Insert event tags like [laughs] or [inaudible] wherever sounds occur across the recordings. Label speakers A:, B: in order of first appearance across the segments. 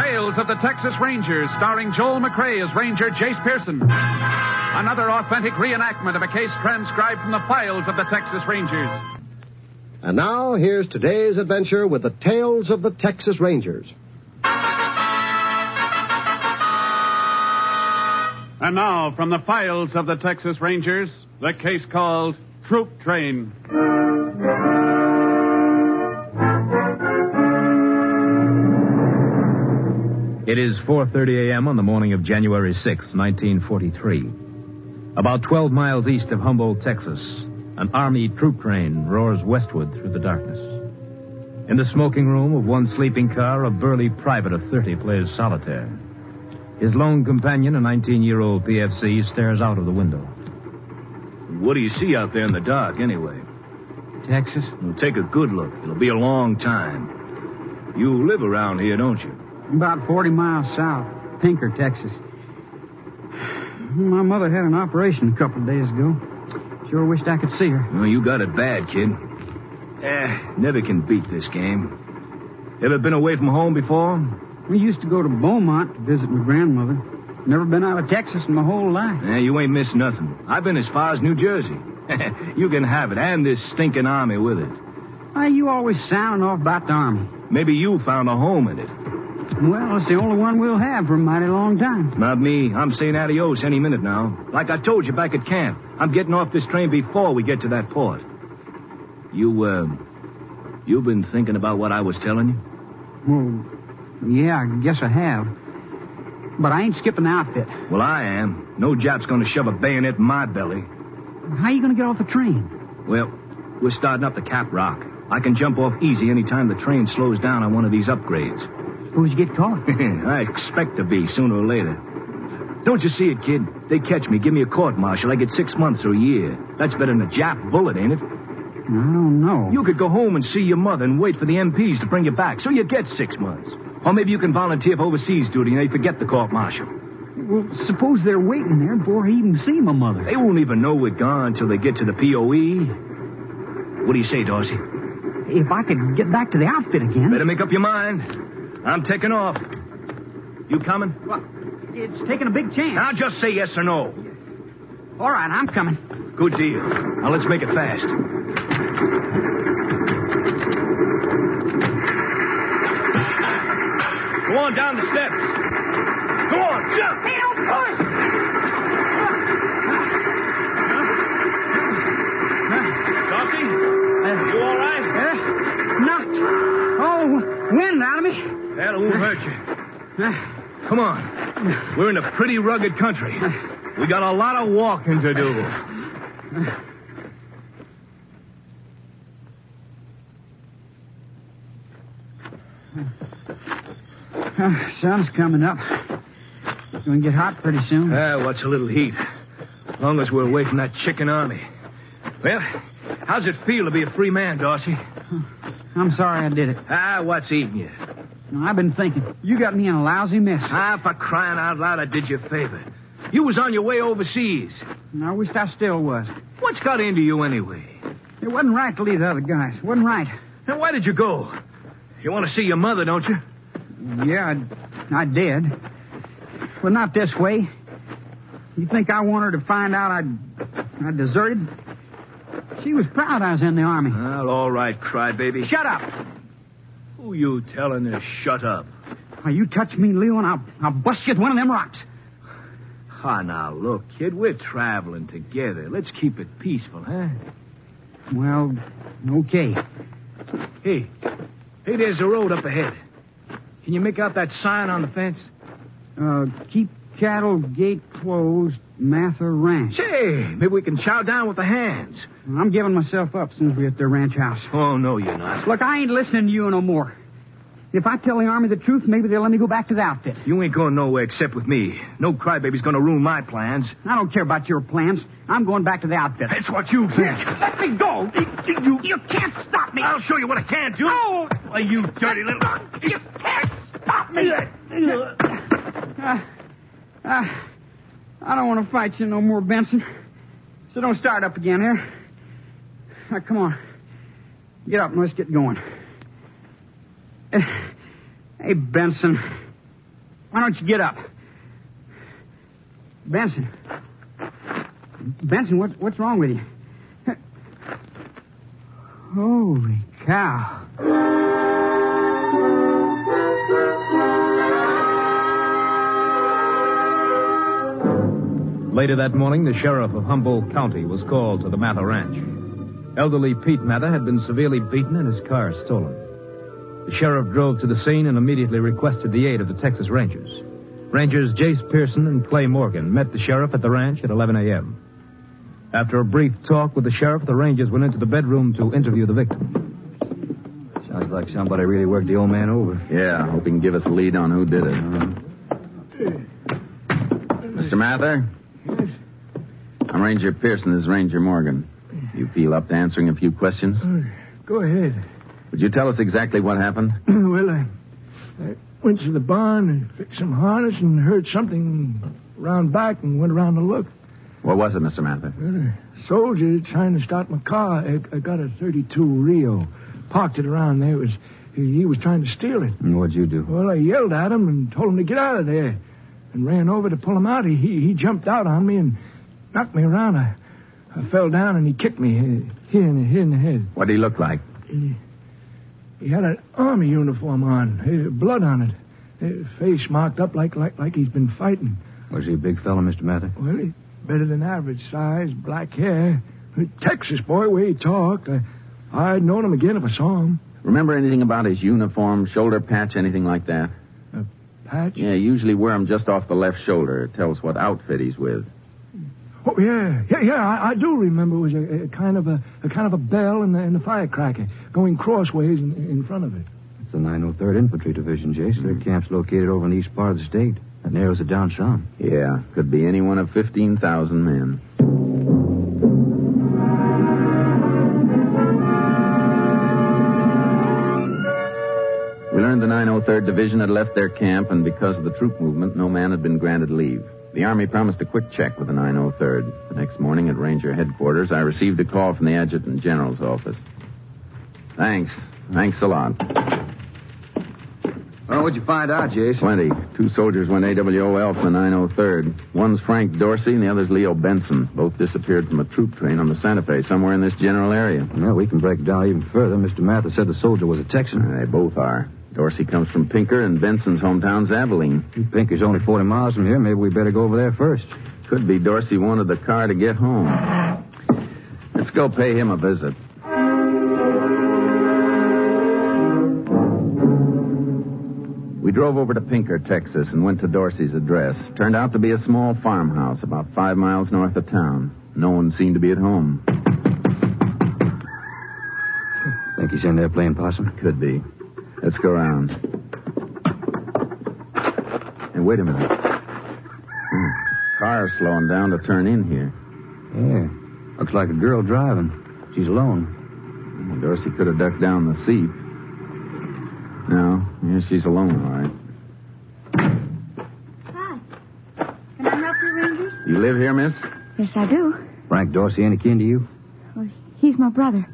A: Tales of the Texas Rangers, starring Joel McRae as Ranger Jace Pearson. Another authentic reenactment of a case transcribed from the files of the Texas Rangers.
B: And now, here's today's adventure with the Tales of the Texas Rangers.
A: And now, from the files of the Texas Rangers, the case called Troop Train.
C: It is 4:30 a.m. on the morning of January 6, 1943. About 12 miles east of Humboldt, Texas, an army troop train roars westward through the darkness. In the smoking room of one sleeping car, a burly private of 30 plays solitaire. His lone companion, a 19-year-old PFC, stares out of the window. What do you see out there in the dark, anyway? Texas? take a good look. It'll be a long time. You live around here, don't you?
D: About 40 miles south, Pinker, Texas. My mother had an operation a couple of days ago. Sure wished I could see her.
C: Well, you got it bad, kid. Eh, never can beat this game. Ever been away from home before?
D: We used to go to Beaumont to visit my grandmother. Never been out of Texas in my whole life.
C: Eh, you ain't missed nothing. I've been as far as New Jersey. [laughs] you can have it, and this stinking army with it.
D: Why, you always sounding off about the Army.
C: Maybe you found a home in it.
D: Well, it's the only one we'll have for a mighty long time.
C: Not me. I'm saying adios any minute now. Like I told you back at camp, I'm getting off this train before we get to that port. You, uh, you've been thinking about what I was telling you?
D: Well, yeah, I guess I have. But I ain't skipping the outfit.
C: Well, I am. No Jap's gonna shove a bayonet in my belly.
D: How you going to get off the train?
C: Well, we're starting up the Cap Rock. I can jump off easy any time the train slows down on one of these upgrades.
D: Who's you get caught?
C: [laughs] I expect to be sooner or later. Don't you see it, kid? They catch me, give me a court martial. I get six months or a year. That's better than a Jap bullet, ain't it?
D: I don't know.
C: You could go home and see your mother and wait for the MPs to bring you back, so you get six months. Or maybe you can volunteer for overseas duty and they forget the court martial.
D: Well, suppose they're waiting there before he even see my mother.
C: They won't even know we're gone till they get to the POE. What do you say, Dorsey?
D: If I could get back to the outfit again.
C: Better make up your mind. I'm taking off. You coming?
D: Well, it's taking a big chance.
C: Now just say yes or no.
D: All right, I'm coming.
C: Good deal. Now let's make it fast. Go on down the steps. Go on, jump. Hey, don't push. Darcy, you all right?
E: Eh?
D: Uh, knocked
E: Oh,
D: all wind out of me.
C: That won't hurt you.
D: Uh,
C: Come on. We're in a pretty rugged country. We got a lot of walking to do.
D: uh, sun's coming up. Going to get hot pretty soon.
C: Ah, what's a little heat? As long as we're away from that chicken army. Well, how's it feel to be a free man, Darcy?
D: I'm sorry I did it.
C: Ah, what's eating you?
D: No, I've been thinking. You got me in a lousy mess.
C: Ah, for crying out loud, I did you a favor. You was on your way overseas.
D: And I wished I still was.
C: What's got into you anyway?
D: It wasn't right to leave the other guys. wasn't right.
C: Now, why did you go? You want to see your mother, don't you?
D: Yeah, I, I did. Well, not this way. You think I want her to find out I, I deserted? She was proud I was in the army.
C: Well, all right, crybaby.
D: Shut up!
C: Who you telling to shut up?
D: Why, you touch me, Leo, and I'll, I'll bust you with one of them rocks.
C: Ah, now, look, kid, we're traveling together. Let's keep it peaceful, huh?
D: Well, okay.
C: Hey, hey, there's a road up ahead. Can you make out that sign on the fence?
D: Uh, keep cattle gate closed Mather Ranch.
F: Say, maybe we can chow down with the hands.
D: I'm giving myself up since we hit their ranch house.
F: Oh, no, you're not.
D: Look, I ain't listening to you no more. If I tell the Army the truth, maybe they'll let me go back to the outfit.
F: You ain't going nowhere except with me. No crybaby's going to ruin my plans.
D: I don't care about your plans. I'm going back to the outfit.
F: That's what you think.
D: Let me go. You, you can't stop me.
F: I'll show you what I can do.
E: Oh.
D: No.
F: Why, you dirty little...
D: You can't stop me. Uh, uh, I don't want to fight you no more, Benson. So don't start up again here. Now, come on. Get up and let's get going. Eh, Hey, Benson. Why don't you get up? Benson. Benson, what, what's wrong with you? Holy cow.
C: Later that morning, the sheriff of Humboldt County was called to the Mather Ranch. Elderly Pete Mather had been severely beaten and his car stolen. The sheriff drove to the scene and immediately requested the aid of the Texas Rangers. Rangers Jace Pearson and Clay Morgan met the sheriff at the ranch at 11 a.m. After a brief talk with the sheriff, the Rangers went into the bedroom to interview the victim.
G: Sounds like somebody really worked the old man over.
A: Yeah, hope he can give us a lead on who did it. Mr. Mather? I'm Ranger Pearson. This is Ranger Morgan. You feel up to answering a few questions?
H: Go ahead. [clears throat]
A: Would you tell us exactly what happened?
H: well, I, I went to the barn and fixed some harness and heard something round back and went around to look.
A: What was it, Mr. Mather?
H: Well, a soldier trying to stop my car. I, I got a 32 Rio. Parked it around there. It was he, he was trying to steal it.
G: And what'd you do?
H: Well, I yelled at him and told him to get out of there and ran over to pull him out. He he, he jumped out on me and knocked me around. I, I fell down and he kicked me uh, here in, here in the head.
A: What did he look like?
H: He had an army uniform on, uh, blood on it, uh, face marked up like, like like he's been fighting.
G: Was he a big fella, Mr. Mather?
H: Well, he, better than average size, black hair, a Texas boy, way he talked. I, I'd known him again if I saw him.
A: Remember anything about his uniform, shoulder patch, anything like that?
H: Patch.
A: Yeah, usually wear 'em just off the left shoulder. It tells what outfit he's with.
H: Oh yeah, yeah, yeah. I, I do remember. It was a, a kind of a, a kind of a bell and a, and a firecracker going crossways in, in front of it.
G: It's the 903rd Infantry Division, Jace.
A: Mm-hmm.
G: Their camp's located over in the east part of the state. That narrows it down some.
A: Yeah, could be any one of 15,000 men. We learned the 903rd Division had left their camp, and because of the troop movement, no man had been granted leave. The Army promised a quick check with the 903rd. The next morning at Ranger headquarters, I received a call from the Adjutant General's office. Thanks. Thanks a lot.
G: Well, what'd you find out, Jace?
A: Plenty. Two soldiers went AWOL from the 903rd. One's Frank Dorsey and the other's Leo Benson. Both disappeared from a troop train on the Santa Fe, somewhere in this general area.
G: Well, we can break it down even further. Mr. Mather said the soldier was a Texan.
A: They both are. Dorsey comes from Pinker, and Benson's hometown's Abilene.
G: Pinker's only 40 miles from here. Maybe we better go over there first.
A: Could be Dorsey wanted the car to get home. Let's go pay him a visit. We drove over to Pinker, Texas, and went to Dorsey's address. Turned out to be a small farmhouse about five miles north of town. No one seemed to be at home.
G: Think he's in there playing possum.
A: Could be. Let's go around. Hey, wait a minute. Hmm. Car's slowing down to turn in here.
G: Yeah. Looks like a girl driving. She's alone.
A: Well, Dorsey could have ducked down the seat. No, yeah, she's alone, all right.
I: Hi. Can I help you, Rangers?
A: You live here, miss?
I: Yes, I do.
G: Frank Dorsey ain't akin to you?
I: Well, he's my brother.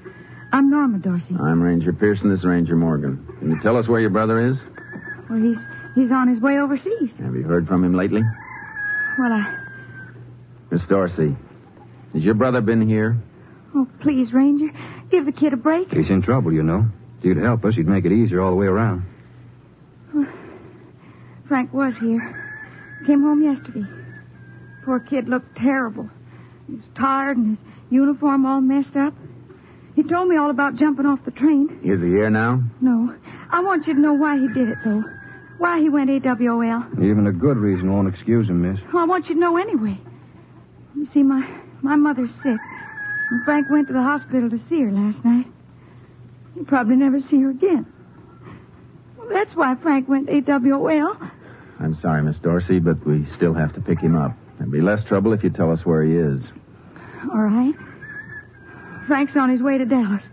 I: I'm Norma Dorsey.
A: I'm Ranger Pearson. This is Ranger Morgan. Can you tell us where your brother is?
I: Well, he's he's on his way overseas.
A: Have you heard from him lately?
I: Well, I
A: Miss Dorsey, has your brother been here?
I: oh please, Ranger, give the kid a break.
G: He's in trouble, you know. If you'd help us, you'd make it easier all the way around.
I: Frank was here. Came home yesterday. Poor kid looked terrible. He was tired and his uniform all messed up. He told me all about jumping off the train.
A: Is he here now?
I: No, I want you to know why he did it though. Why he went AWOL.
G: Even a good reason won't excuse him, miss.
I: Oh, Well, I want you to know anyway. You see, my, my mother's sick. And Frank went to the hospital to see her last night. He'll probably never see her again. Well, that's why Frank went to AWOL.
A: I'm sorry, Miss Dorsey, but we still have to pick him up. There'd be less trouble if you tell us where he is.
I: All right. Frank's on his way to Dallas.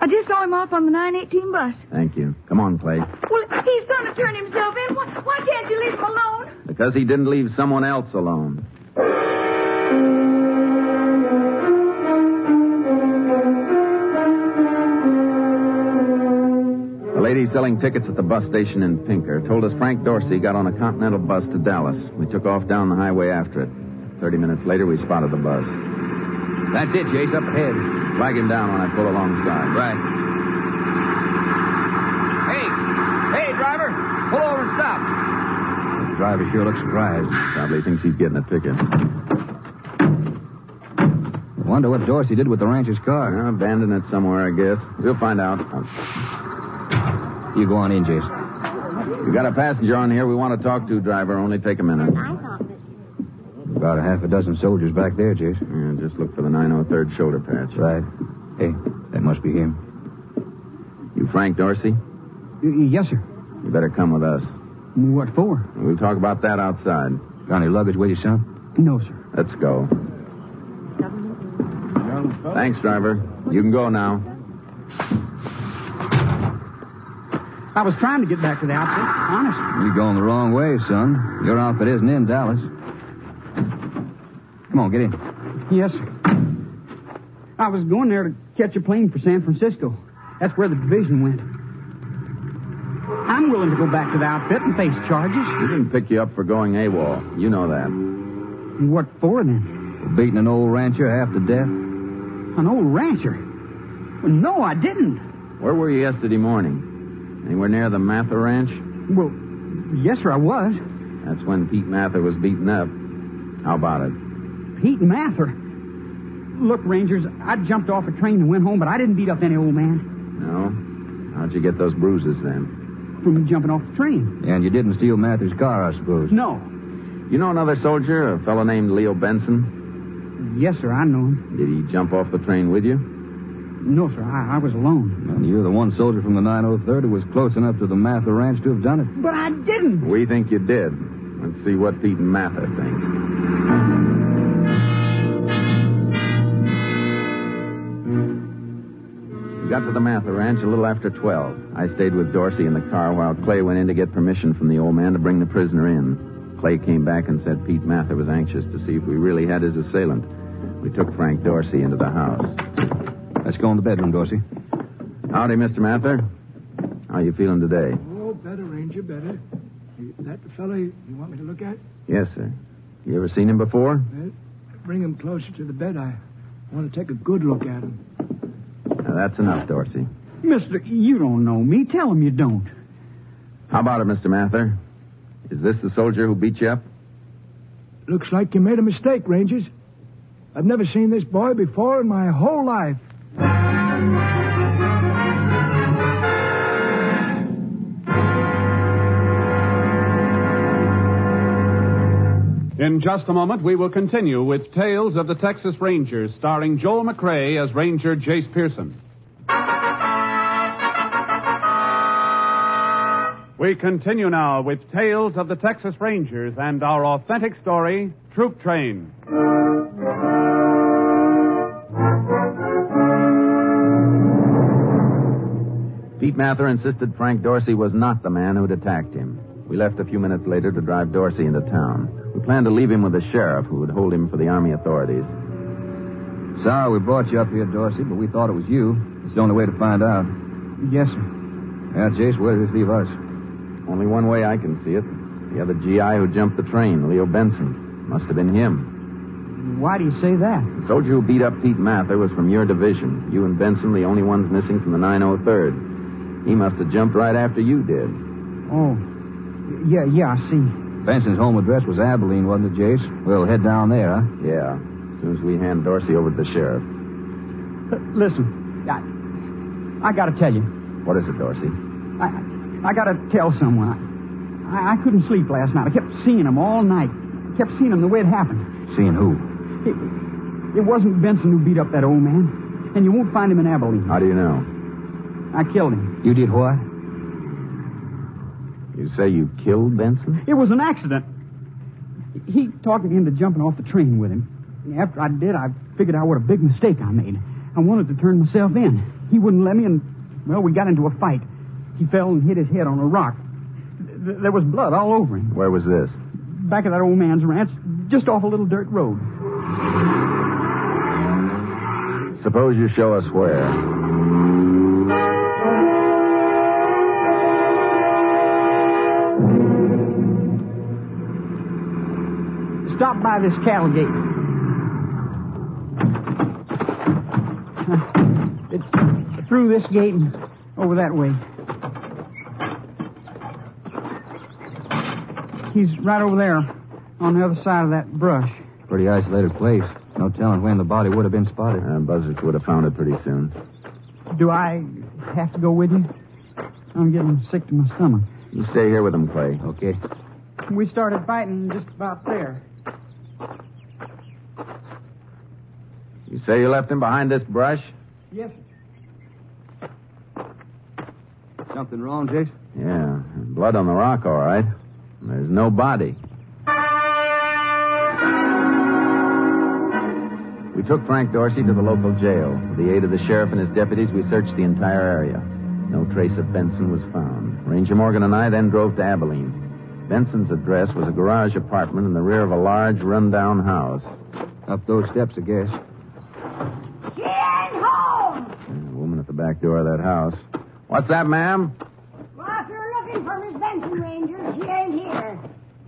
I: I just saw him off on the 918 bus.
A: Thank you. Come on, Clay.
I: Well, he's going to turn himself in. Why, why can't you leave him alone?
A: Because he didn't leave someone else alone. The lady selling tickets at the bus station in Pinker told us Frank Dorsey got on a continental bus to Dallas. We took off down the highway after it. Thirty minutes later, we spotted the bus.
C: That's it, Jace, up ahead.
A: Flag him down when I pull alongside.
C: Right.
F: Hey, hey, driver, pull over and stop.
G: The driver sure looks surprised.
A: Probably thinks he's getting a ticket.
G: Wonder what Dorsey did with the rancher's car.
A: Uh, abandoned it somewhere, I guess. We'll find out. Uh,
G: You go on in, Jason.
A: We got a passenger on here we want to talk to, driver. Only take a minute.
G: About a half a dozen soldiers back there, Jason.
A: Yeah, just look for the 903rd shoulder patch.
G: Right. Hey, that must be him.
A: You Frank Dorsey?
F: Yes, sir.
A: You better come with us.
F: What for?
A: We'll talk about that outside.
G: Got any luggage with you, son?
F: No, sir.
A: Let's go. Thanks, driver. You can go now.
D: I was trying to get back to the outfit, honest.
G: You're going the wrong way, son. Your outfit isn't in Dallas. Come on, get in.
D: Yes, sir. I was going there to catch a plane for San Francisco. That's where the division went. I'm willing to go back to the outfit and face charges.
A: We didn't pick you up for going AWOL. You know that.
D: And what for then?
G: Beating an old rancher half to death.
D: An old rancher. Well, no, I didn't.
A: Where were you yesterday morning? Anywhere near the Mather Ranch?
D: Well, yes, sir, I was.
A: That's when Pete Mather was beaten up. How about it?
D: Pete Mather. Look, Rangers, I jumped off a train and went home, but I didn't beat up any old man
A: No? How'd you get those bruises then?
D: from jumping off the train.
G: And you didn't steal Mather's car, I suppose.
D: No.
A: You know another soldier, a fellow named Leo Benson?
D: Yes, sir, I know him.
A: Did he jump off the train with you?
D: No, sir, I, I was alone.
G: And you're the one soldier from the 903rd who was close enough to the Mather Ranch to have done it.
D: But I didn't.
A: We think you did. Let's see what Pete Mather thinks. We got to the Mather Ranch a little after 12. I stayed with Dorsey in the car while Clay went in to get permission from the old man to bring the prisoner in. Clay came back and said Pete Mather was anxious to see if we really had his assailant. We took Frank Dorsey into the house.
G: Let's go in the bedroom, Dorsey.
A: Howdy, Mr. Mather. How you feeling today?
H: Oh, better, Ranger, better. Is that the fellow you you want me to look at?
A: Yes, sir. You ever seen him before?
H: Bring him closer to the bed. I want to take a good look at him.
A: Now, that's enough, Dorsey.
D: Mister, you don't know me. Tell him you don't.
A: How about it, Mr. Mather? Is this the soldier who beat you up?
H: Looks like you made a mistake, Rangers. I've never seen this boy before in my whole life.
J: In just a moment, we will continue with Tales of the Texas Rangers, starring Joel McRae as Ranger Jace Pearson. We continue now with Tales of the Texas Rangers and our authentic story, Troop Train.
A: Pete Mather insisted Frank Dorsey was not the man who'd attacked him. We left a few minutes later to drive Dorsey into town. We planned to leave him with the sheriff, who would hold him for the Army authorities.
G: Sorry we brought you up here, Dorsey, but we thought it was you. It's the only way to find out.
D: Yes, sir.
G: Now, Jace, where does this leave us?
A: Only one way I can see it. The other GI who jumped the train, Leo Benson. Must have been him.
D: Why do you say that?
A: The soldier who beat up Pete Mather was from your division. You and Benson, the only ones missing from the 903rd. He must have jumped right after you did.
D: Oh, yeah, yeah, I see.
G: Benson's home address was Abilene, wasn't it, Jace? We'll head down there, huh?
A: Yeah, as soon as we hand Dorsey over to the sheriff.
D: L- listen, I, I got to tell you.
A: What is it, Dorsey?
D: I, I got to tell someone. I, I couldn't sleep last night. I kept seeing him all night. I kept seeing him the way it happened.
G: Seeing who?
D: It, it wasn't Benson who beat up that old man. And you won't find him in Abilene.
A: How do you know?
D: I killed him.
G: You did what?
A: You say you killed Benson?
D: It was an accident. He talked me into jumping off the train with him. And after I did, I figured out what a big mistake I made. I wanted to turn myself in. He wouldn't let me, and, well, we got into a fight. He fell and hit his head on a rock. Th- There was blood all over him.
A: Where was this?
D: Back of that old man's ranch, just off a little dirt road.
A: Suppose you show us where.
D: Stop by this cattle gate. Uh, It's through this gate and over that way. He's right over there on the other side of that brush.
G: Pretty isolated place. No telling when the body would have been spotted.
A: Uh, Buzzards would have found it pretty soon.
D: Do I have to go with you? I'm getting sick to my stomach.
A: You stay here with them, Clay.
G: Okay.
D: We started fighting just about there.
A: You say you left him behind this brush?
D: Yes,
G: Something wrong, Jason?
A: Yeah. Blood on the rock, all right. There's no body. We took Frank Dorsey to the local jail. With the aid of the sheriff and his deputies, we searched the entire area. No trace of Benson was found. Ranger Morgan and I then drove to Abilene. Benson's address was a garage apartment in the rear of a large, rundown house.
G: Up those steps, I guess.
K: Get home!
A: A woman at the back door of that house. What's that, ma'am?
K: Well, if you're looking for Miss Benson, Ranger, she ain't here.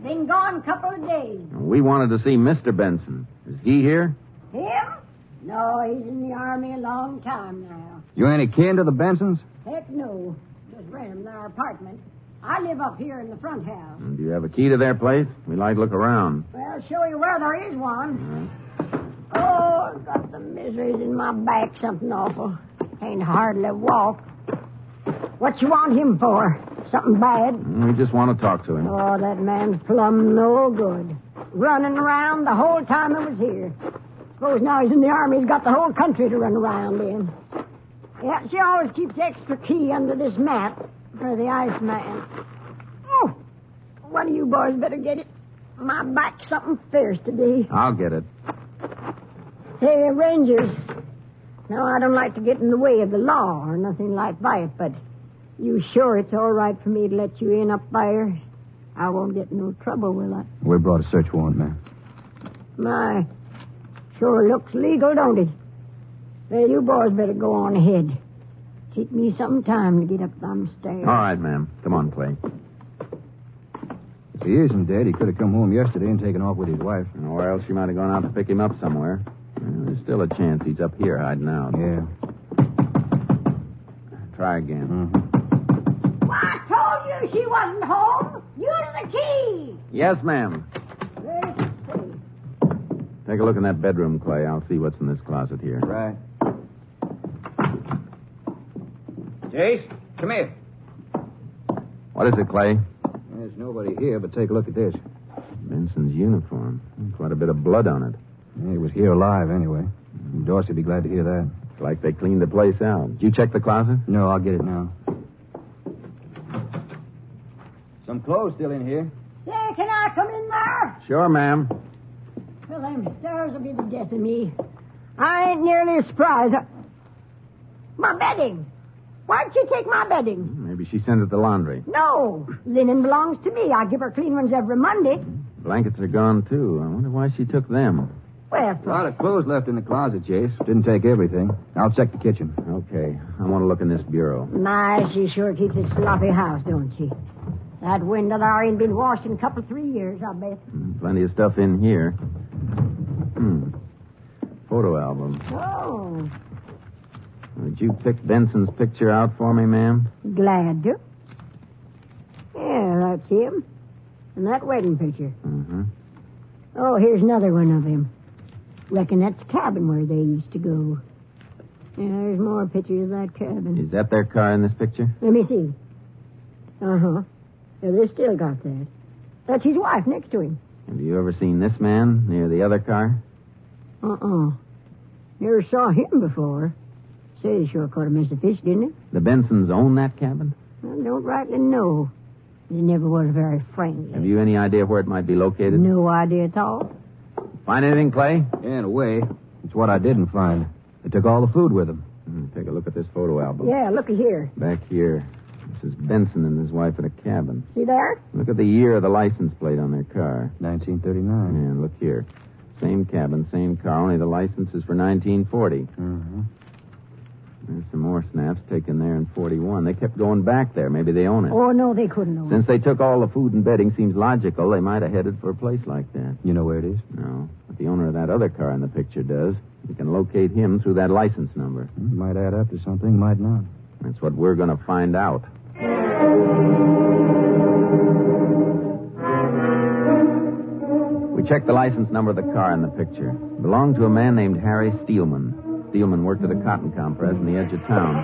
K: Been gone a couple of days.
A: We wanted to see Mr. Benson. Is he here?
K: Him? No, he's in the army a long time now.
G: You ain't akin to the Bensons?
K: Heck no. Just rent him their apartment. I live up here in the front house.
A: Do you have a key to their place? We like to look around.
K: Well, show you where there is one. Oh, I've got the miseries in my back, something awful. Can't hardly walk. What you want him for? Something bad?
A: We just want to talk to him.
K: Oh, that man's plumb no good. Running around the whole time he was here. Suppose now he's in the army, he's got the whole country to run around in. Yeah, she always keeps the extra key under this mat for the Iceman. Oh, one of you boys better get it. My back's something fierce today.
A: I'll get it.
K: Hey, Rangers. No, I don't like to get in the way of the law or nothing like that, but you sure it's all right for me to let you in up there? I won't get no trouble, will I?
G: We brought a search warrant, ma'am.
K: My, sure looks legal, don't it? Well, you boys better go on ahead. Keep me some time to get up them stairs.
A: All right, ma'am. Come on, Clay.
G: If he isn't dead, he could have come home yesterday and taken off with his wife.
A: Or else you might have gone out to pick him up somewhere. Well, There's still a chance he's up here hiding out.
G: Yeah.
A: Try again.
G: Mm-hmm.
K: I told you she wasn't home. Use the key.
A: Yes, ma'am.
K: Let's see.
A: Take a look in that bedroom, Clay. I'll see what's in this closet here.
G: Right.
F: Jace, come here.
A: What is it, Clay?
G: There's nobody here, but take a look at this.
A: Benson's uniform. Quite a bit of blood on it.
G: He was here alive, anyway. Dorsey'd be glad to hear that.
A: It's like they cleaned the place out. Did you check the closet?
G: No, I'll get it now. Some clothes still in here.
K: Say, can I come in there?
A: Sure, ma'am.
K: Well, them stairs will be the death of me. I ain't nearly as surprised. I- My bedding. Why'd she take my bedding?
A: Maybe she sent it to laundry.
K: No. Linen belongs to me. I give her clean ones every Monday.
A: Blankets are gone, too. I wonder why she took them.
K: Well,
G: A lot of clothes left in the closet, Chase. Didn't take everything. I'll check the kitchen.
A: Okay. I want to look in this bureau.
K: My, she sure keeps a sloppy house, don't she? That window there ain't been washed in a couple three years, I bet.
A: Plenty of stuff in here. Hmm. Photo album.
K: Oh,
A: Would you pick Benson's picture out for me, ma'am?
K: glad to. Yeah, that's him. And that wedding picture.
A: Mm-hmm.
K: Oh, here's another one of him. Reckon that's the cabin where they used to go. Yeah, there's more pictures of that cabin.
A: Is that their car in this picture?
K: Let me see. Uh huh. Yeah, they still got that. That's his wife next to him.
A: Have you ever seen this man near the other car?
K: Uh-uh. Never saw him before. Say, he sure caught a mess of fish, didn't he?
A: The Bensons own that cabin?
K: I don't rightly know. He never was very friendly.
A: Have you any idea where it might be located?
K: No idea at all.
A: Find anything, Clay?
L: Yeah, in a way. It's what I didn't find. They took all the food with them.
A: Hmm, take a look at this photo album.
K: Yeah, looky here.
A: Back here. Mrs. Benson and his wife in a cabin.
K: See there?
A: Look at the year of the license plate on their car.
L: 1939.
A: And look here. Same cabin, same car, only the license is for 1940. Mm-hmm. There's some more snaps taken there in 41. They kept going back there. Maybe they own it.
K: Oh, no, they couldn't know.
A: Since they took all the food and bedding, seems logical they might have headed for a place like that.
L: You know where it is?
A: No. But the owner of that other car in the picture does. You can locate him through that license number.
L: Hmm, Might add up to something, might not.
A: That's what we're going to find out. We checked the license number of the car in the picture. It belonged to a man named Harry Steelman. Steelman worked at a cotton compress in the edge of town.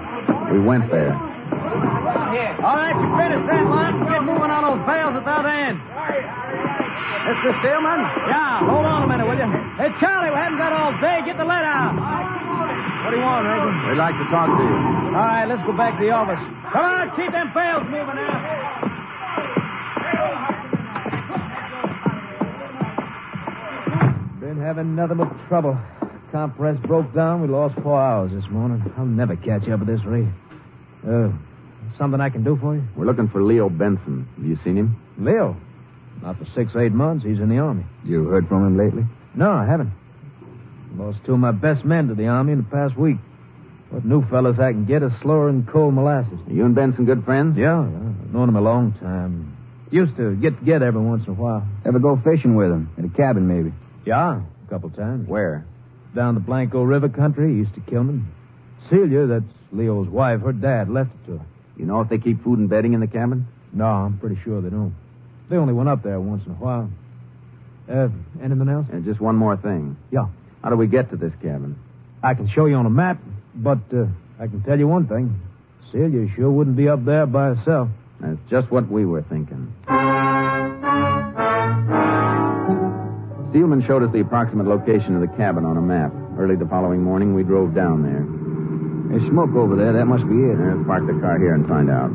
A: We went there.
E: All right, you finish that line. Get moving on those bales at that end. Mr. Stillman? Yeah, hold on a minute, will you? Hey, Charlie, we haven't got all day. Get the lead out. What do you want, Regan?
A: We'd like to talk to you.
E: All right, let's go back to the office. Come on, keep them bales moving now.
L: Been having nothing but trouble. Compress broke down. We lost four hours this morning. I'll never catch up at this rate. Uh, something I can do for you?
A: We're looking for Leo Benson. Have you seen him?
L: Leo? Not for six, eight months. He's in the Army.
A: You heard from him lately?
L: No, I haven't. Lost two of my best men to the Army in the past week. What new fellas I can get is slower than cold molasses.
A: Are you and Benson good friends?
L: Yeah, I've known him a long time. Used to get together every once in a while.
A: Ever go fishing with him? In a cabin, maybe?
L: Yeah, a couple times.
A: Where?
L: Down the Blanco River country, east of Kilman. Celia, that's Leo's wife, her dad left it to her.
A: You know if they keep food and bedding in the cabin?
L: No, I'm pretty sure they don't. They only went up there once in a while. Uh, anything else?
A: And just one more thing.
L: Yeah.
A: How do we get to this cabin?
L: I can show you on a map, but uh, I can tell you one thing. Celia sure wouldn't be up there by herself.
A: That's just what we were thinking. Steelman showed us the approximate location of the cabin on a map. Early the following morning, we drove down there.
L: There's smoke over there. That must be it.
A: Let's park the car here and find out.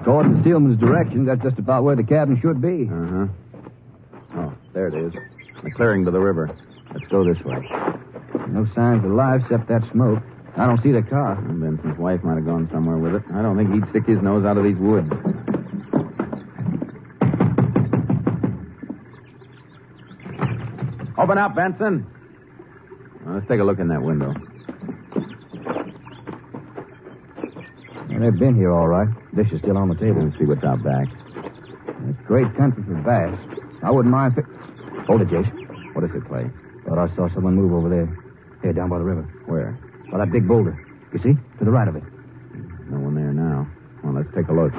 L: According to Steelman's directions, that's just about where the cabin should be.
A: Uh huh. Oh, there it is. A clearing by the river. Let's go this way.
L: No signs of life except that smoke. I don't see the car.
A: Benson's wife might have gone somewhere with it. I don't think he'd stick his nose out of these woods. Open up, Benson. Well, let's take a look in that window.
L: Well, they've been here all right. Dish is still on the table.
A: Let's see what's out back.
L: It's great country for bass. I wouldn't mind if it... Hold it, Jason.
A: What is it, Clay?
L: Thought I saw someone move over there. Here, down by the river.
A: Where?
L: By that big boulder. You see? To the right of it.
A: No one there now. Well, let's take a look.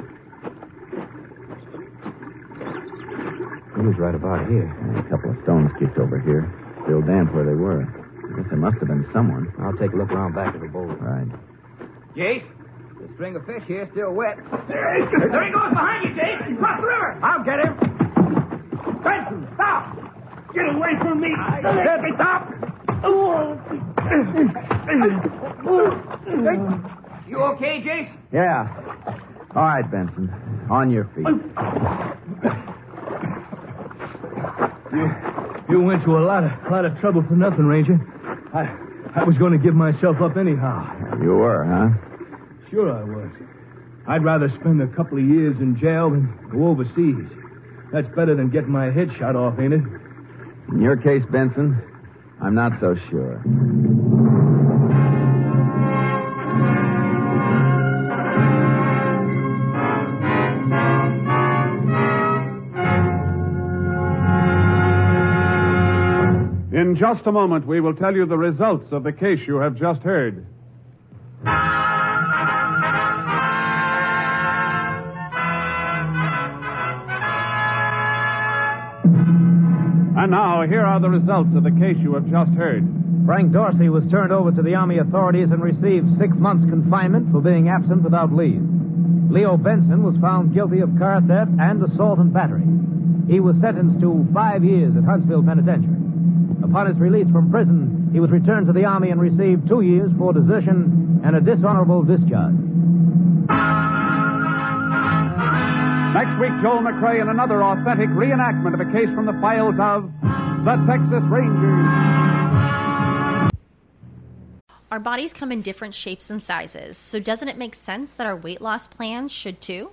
L: He was right about here.
A: A couple of stones kicked over here. Still damp where they were. I guess there must have been someone.
L: I'll take a look around back of the boulder.
A: Right.
E: Jace, the string of fish here is still wet. There, there he goes behind you, Jace. Across the river. I'll get him. Benson, stop. Get away from me. I let me stop. You okay, Jace?
A: Yeah. All right, Benson. On your feet.
C: You, you went to a lot of lot of trouble for nothing, Ranger. I I was going to give myself up anyhow.
A: You were, huh?
C: Sure I was. I'd rather spend a couple of years in jail than go overseas. That's better than getting my head shot off, ain't it?
A: In your case, Benson, I'm not so sure.
J: In just a moment, we will tell you the results of the case you have just heard. And now, here are the results of the case you have just heard.
M: Frank Dorsey was turned over to the Army authorities and received six months' confinement for being absent without leave. Leo Benson was found guilty of car theft and assault and battery.
N: he was sentenced to five years at Huntsville Penitentiary. Upon his release from prison, he was returned to the Army and received two years for desertion and a dishonorable discharge.
J: Next week, Joel McRae in another authentic reenactment of a case from the files of the Texas Rangers.
O: Our bodies come in different shapes and sizes, so doesn't it make sense that our weight loss plans should too?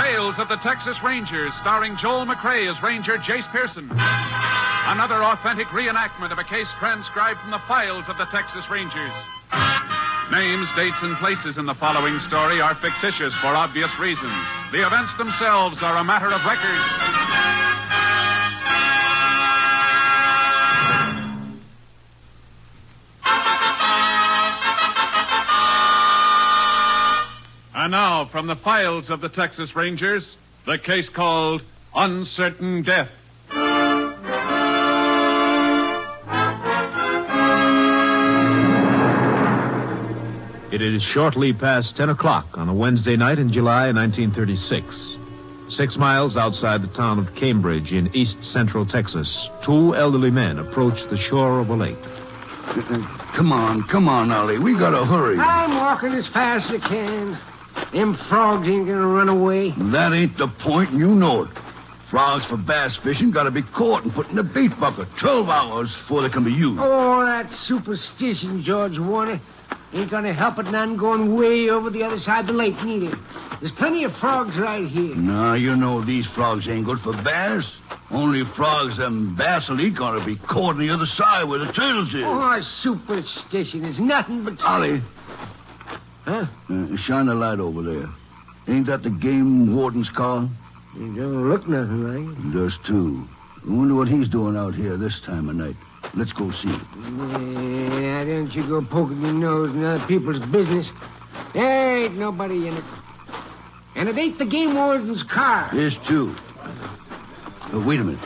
P: Tales of the Texas Rangers, starring Joel McRae as Ranger Jace Pearson. Another authentic reenactment of a case transcribed from the files of the Texas Rangers. Names, dates, and places in the following story are fictitious for obvious reasons. The events themselves are a matter of record. And now, from the files of the Texas Rangers, the case called Uncertain Death.
C: It is shortly past 10 o'clock on a Wednesday night in July 1936. Six miles outside the town of Cambridge in east central Texas, two elderly men approach the shore of a lake.
Q: Come on, come on, Ollie. We gotta hurry.
R: I'm walking as fast as I can. Them frogs ain't gonna run away.
Q: That ain't the point, and you know it. Frogs for bass fishing gotta be caught and put in a bait bucket 12 hours before they can be used.
R: Oh, that superstition, George Warner. Ain't gonna help it none going way over the other side of the lake, neither. There's plenty of frogs right here.
Q: No, you know these frogs ain't good for bass. Only frogs and bass ain't gonna be caught on the other side where the turtles is.
R: Oh, superstition is nothing but.
Q: Ollie.
R: Huh?
Q: Uh, shine a light over there. Ain't that the game warden's car?
R: It don't look nothing like
Q: it. Does too. I wonder what he's doing out here this time of night. Let's go see him.
R: Yeah, don't you go poking your nose in other people's business. There ain't nobody in it. And it ain't the game warden's car.
Q: Yes, too. Uh, wait a minute.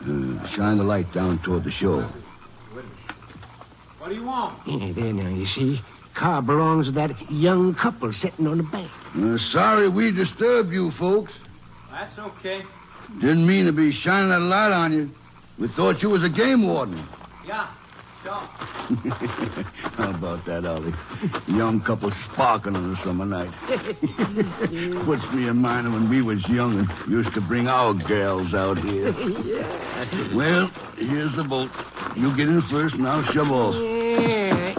Q: Uh, shine the light down toward the shore.
R: What do you want? Yeah, there now, you see. Car belongs to that young couple sitting on the bank.
Q: Uh, sorry we disturbed you folks.
S: That's okay.
Q: Didn't mean to be shining that light on you. We thought you was a game warden. [laughs]
S: Yeah, sure.
Q: How about that, Ollie? Young couple sparkling on a summer night. [laughs] Puts me in mind of when we was young and used to bring our girls out here.
R: yeah.
Q: Well, here's the boat. You get in first and I'll shove off.
R: Yeah.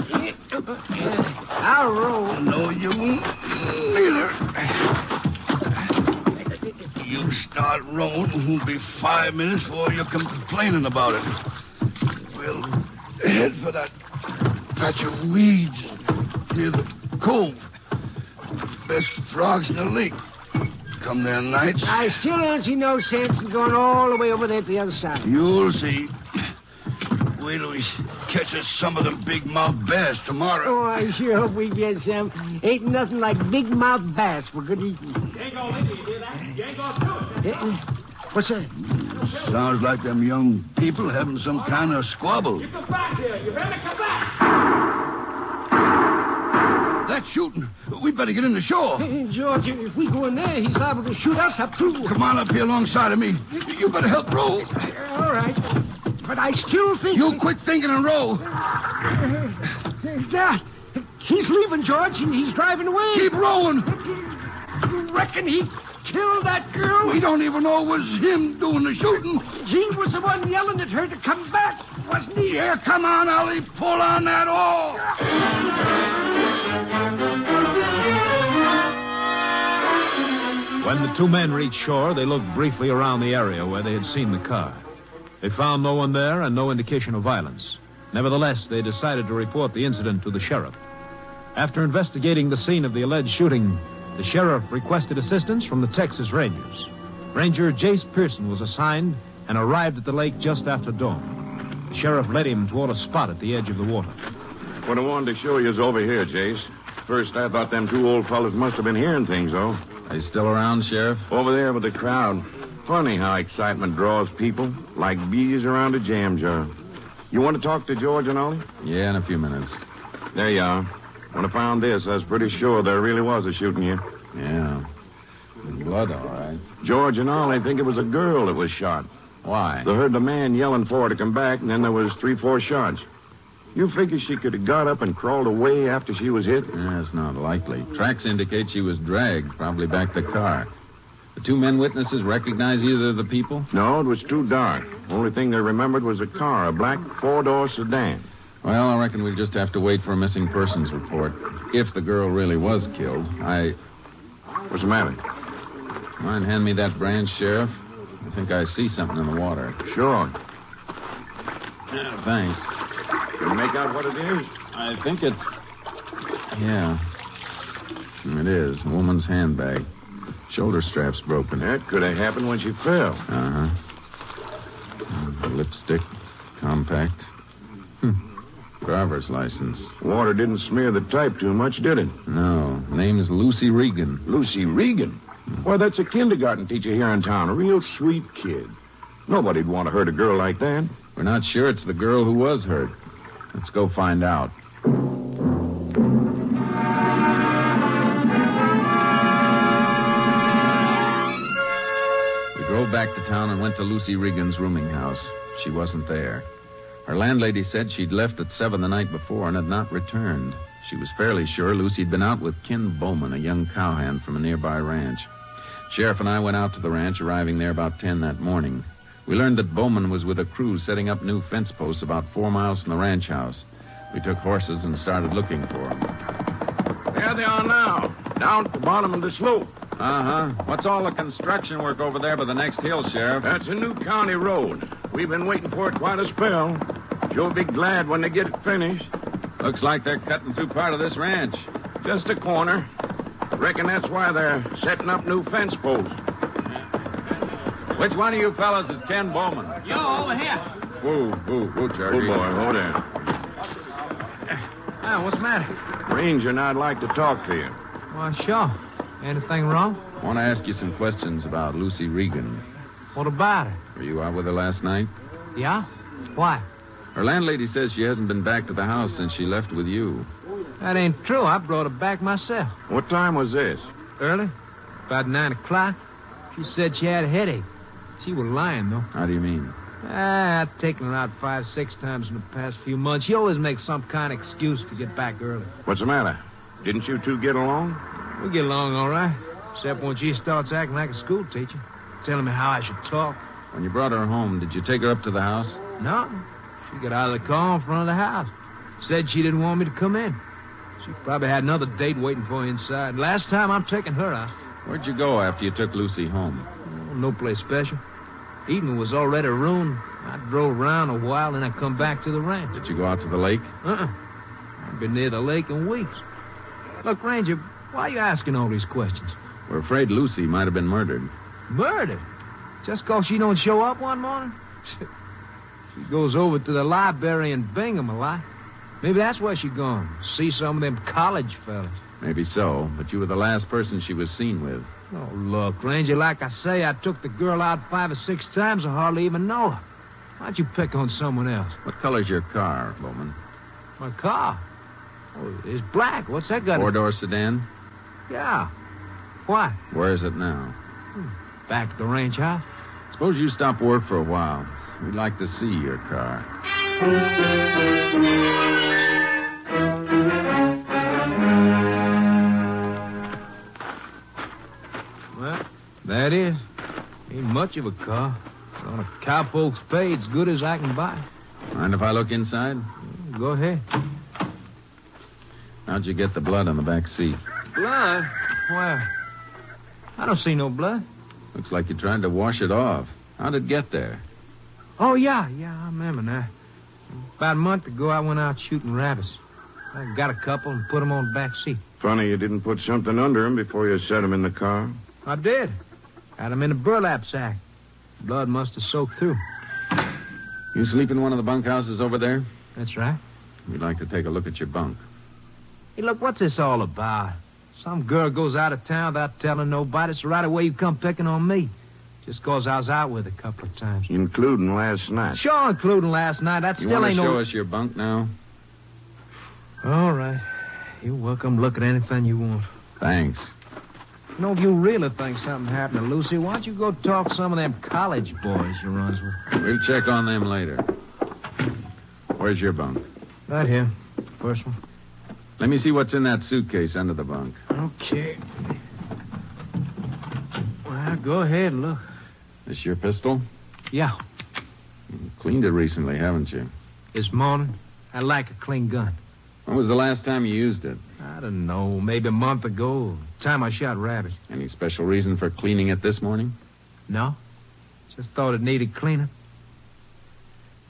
R: I'll roll.
Q: No, you won't. Neither. You start rowing, and it'll be five minutes before you're complaining about it. We'll head for that patch of weeds near the cove. Best frogs in the lake. Come there nights.
R: I still don't see no sense in going all the way over there to the other side.
Q: You'll see. Wait till we catch us some of them big mouth bass tomorrow.
R: Oh, I sure hope we get some. Ain't nothing like big mouth bass for good eating.
S: Yango Lindy, you hear that? Yango
R: Eh, What's that?
Q: Sounds like them young people having some kind of squabble.
S: You come back here. You better come back.
Q: That's shooting. We'd better get in the shore.
R: Hey, George, if we go in there, he's liable to shoot us up, too.
Q: Come on up here alongside of me. You better help row.
R: All right. But I still think.
Q: You quit thinking and row.
R: Dad,
Q: He's leaving, George, and he's driving away.
T: Keep rolling.
Q: You reckon he killed that girl?
T: We don't even know it was him doing the shooting.
Q: He was the one yelling at her to come back, wasn't he?
T: Here, come on, Ollie. Pull on that oar.
U: When the two men reached shore, they looked briefly around the area where they had seen the car. They found no one there and no indication of violence. Nevertheless, they decided to report the incident to the sheriff. After investigating the scene of the alleged shooting, the sheriff requested assistance from the Texas Rangers. Ranger Jace Pearson was assigned and arrived at the lake just after dawn. The sheriff led him toward a spot at the edge of the water.
V: What I wanted to show you is over here, Jace. First, I thought them two old fellas must have been hearing things, though.
A: They still around, Sheriff?
V: Over there with the crowd. Funny how excitement draws people, like bees around a jam jar. You want to talk to George and Ollie?
A: Yeah, in a few minutes.
V: There you are. When I found this, I was pretty sure there really was a shooting here.
A: Yeah. With blood, all right.
V: George and Ollie think it was a girl that was shot.
A: Why?
V: They heard the man yelling for her to come back, and then there was three, four shots. You figure she could have got up and crawled away after she was hit?
A: Yeah, it's not likely. Tracks indicate she was dragged, probably back the car. The two men witnesses recognize either of the people?
V: No, it was too dark. Only thing they remembered was a car, a black four-door sedan.
A: Well, I reckon we'll just have to wait for a missing persons report. If the girl really was killed, I.
V: What's the matter?
A: Mind hand me that branch, Sheriff? I think I see something in the water.
V: Sure.
A: Yeah, thanks.
V: Can you make out what it is?
A: I think it's. Yeah. It is. A woman's handbag. Shoulder strap's broken.
V: That could have happened when she fell.
A: Uh huh. Lipstick. Compact. Hm. Driver's license.
V: Water didn't smear the type too much, did it?
A: No. Name's Lucy Regan.
V: Lucy Regan? Why, that's a kindergarten teacher here in town. A real sweet kid. Nobody'd want to hurt a girl like that.
A: We're not sure it's the girl who was hurt. Let's go find out. We drove back to town and went to Lucy Regan's rooming house. She wasn't there. Her landlady said she'd left at seven the night before and had not returned. She was fairly sure Lucy'd been out with Ken Bowman, a young cowhand from a nearby ranch. Sheriff and I went out to the ranch, arriving there about ten that morning. We learned that Bowman was with a crew setting up new fence posts about four miles from the ranch house. We took horses and started looking for him.
V: There they are now, down at the bottom of the slope.
A: Uh huh. What's all the construction work over there by the next hill, Sheriff?
V: That's a new county road. We've been waiting for it quite a spell. You'll be glad when they get it finished.
A: Looks like they're cutting through part of this ranch.
V: Just a corner. Reckon that's why they're setting up new fence posts.
A: Which one of you fellas is Ken Bowman?
E: Yo, over here.
A: Whoa, whoa, whoa, Jerky.
V: Good boy, hold there.
L: Ah, what's the matter?
V: Ranger and I'd like to talk to you.
L: Why, sure. Anything wrong?
A: I want to ask you some questions about Lucy Regan.
L: What about her?
A: Were you out with her last night?
L: Yeah? Why?
A: Her landlady says she hasn't been back to the house since she left with you.
L: That ain't true. I brought her back myself.
V: What time was this?
L: Early. About nine o'clock. She said she had a headache. She was lying, though.
A: How do you mean?
L: Ah, I've taken her out five, six times in the past few months. She always makes some kind of excuse to get back early.
V: What's the matter? Didn't you two get along?
L: We get along all right. Except when she starts acting like a schoolteacher, telling me how I should talk.
A: When you brought her home, did you take her up to the house?
L: No. She got out of the car in front of the house. Said she didn't want me to come in. She probably had another date waiting for her inside. Last time I'm taking her out.
A: Where'd you go after you took Lucy home?
L: Oh, no place special. Evening was already ruined. I drove around a while and I come back to the ranch.
A: Did you go out to the lake?
L: Uh-uh. I've been near the lake in weeks. Look, Ranger, why are you asking all these questions?
A: We're afraid Lucy might have been murdered.
L: Murdered? Just 'cause she don't show up one morning? [laughs] she goes over to the library in Bingham a lot. Maybe that's where she gone. See some of them college fellas.
A: Maybe so, but you were the last person she was seen with.
L: Oh, look, Ranger, like I say, I took the girl out five or six times. I hardly even know her. Why'd you pick on someone else?
A: What color's your car, Bowman?
L: My car? Oh, it's black. What's that got?
A: Four-door to... sedan?
L: Yeah. Why? Hmm.
A: Where is it now?
L: Back at the ranch house.
A: Suppose you stop work for a while. We'd like to see your car.
L: that is. Ain't much of a car. But on a cowpoke's pay, it's good as I can buy.
A: Mind if I look inside?
L: Go ahead.
A: How'd you get the blood on the back seat?
L: Blood? Where? I don't see no blood.
A: Looks like you tried to wash it off. How'd it get there?
L: Oh, yeah, yeah, I remember now. About a month ago, I went out shooting rabbits. I got a couple and put them on the back seat.
U: Funny you didn't put something under him before you set him in the car.
L: I did. Had him in a burlap sack. Blood must have soaked through.
A: You sleep in one of the bunkhouses over there?
L: That's right.
A: We'd like to take a look at your bunk.
L: Hey, look, what's this all about? Some girl goes out of town without telling nobody. It's right away you come picking on me. Just 'cause I was out with her a couple of times.
U: Including last night.
L: Sure, including last night. That
A: you
L: still
A: wanna
L: ain't
A: show
L: no.
A: us your bunk now?
L: All right. You're welcome. Look at anything you want.
A: Thanks.
L: You know, if you really think something happened to Lucy, why don't you go talk to some of them college boys you runs with?
A: We'll check on them later. Where's your bunk?
L: Right here. First one.
A: Let me see what's in that suitcase under the bunk.
L: Okay. Well, go ahead and look.
A: This your pistol?
L: Yeah,
A: Cleaned it recently, haven't you?
L: this morning. I like a clean gun.
A: When was the last time you used it?
L: I don't know, maybe a month ago, time I shot rabbits.
A: Any special reason for cleaning it this morning?
L: No? Just thought it needed cleaning.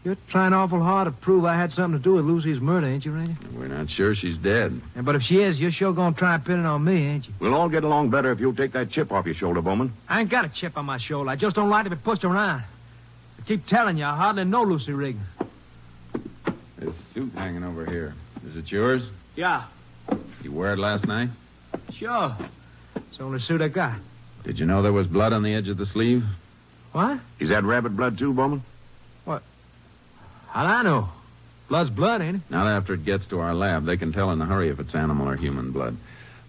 L: You're trying awful hard to prove I had something to do with Lucy's murder, ain't you, Ranger?
A: We're not sure she's dead.
L: Yeah, But if she is, you're sure gonna try and pin it on me, ain't you?
U: We'll all get along better if you'll take that chip off your shoulder, Bowman.
L: I ain't got a chip on my shoulder. I just don't like to be pushed around. I keep telling you, I hardly know Lucy Regan.
A: This suit hanging over here. Is it yours?
L: Yeah,
A: You wore it last night?
L: sure. It's the only suit I got.
A: Did you know there was blood on the edge of the sleeve?
L: What?
U: Is that rabbit blood, too, Bowman?
L: How'd I know? Blood's blood, ain't it?
A: Not after it gets to our lab. They can tell in a hurry if it's animal or human blood.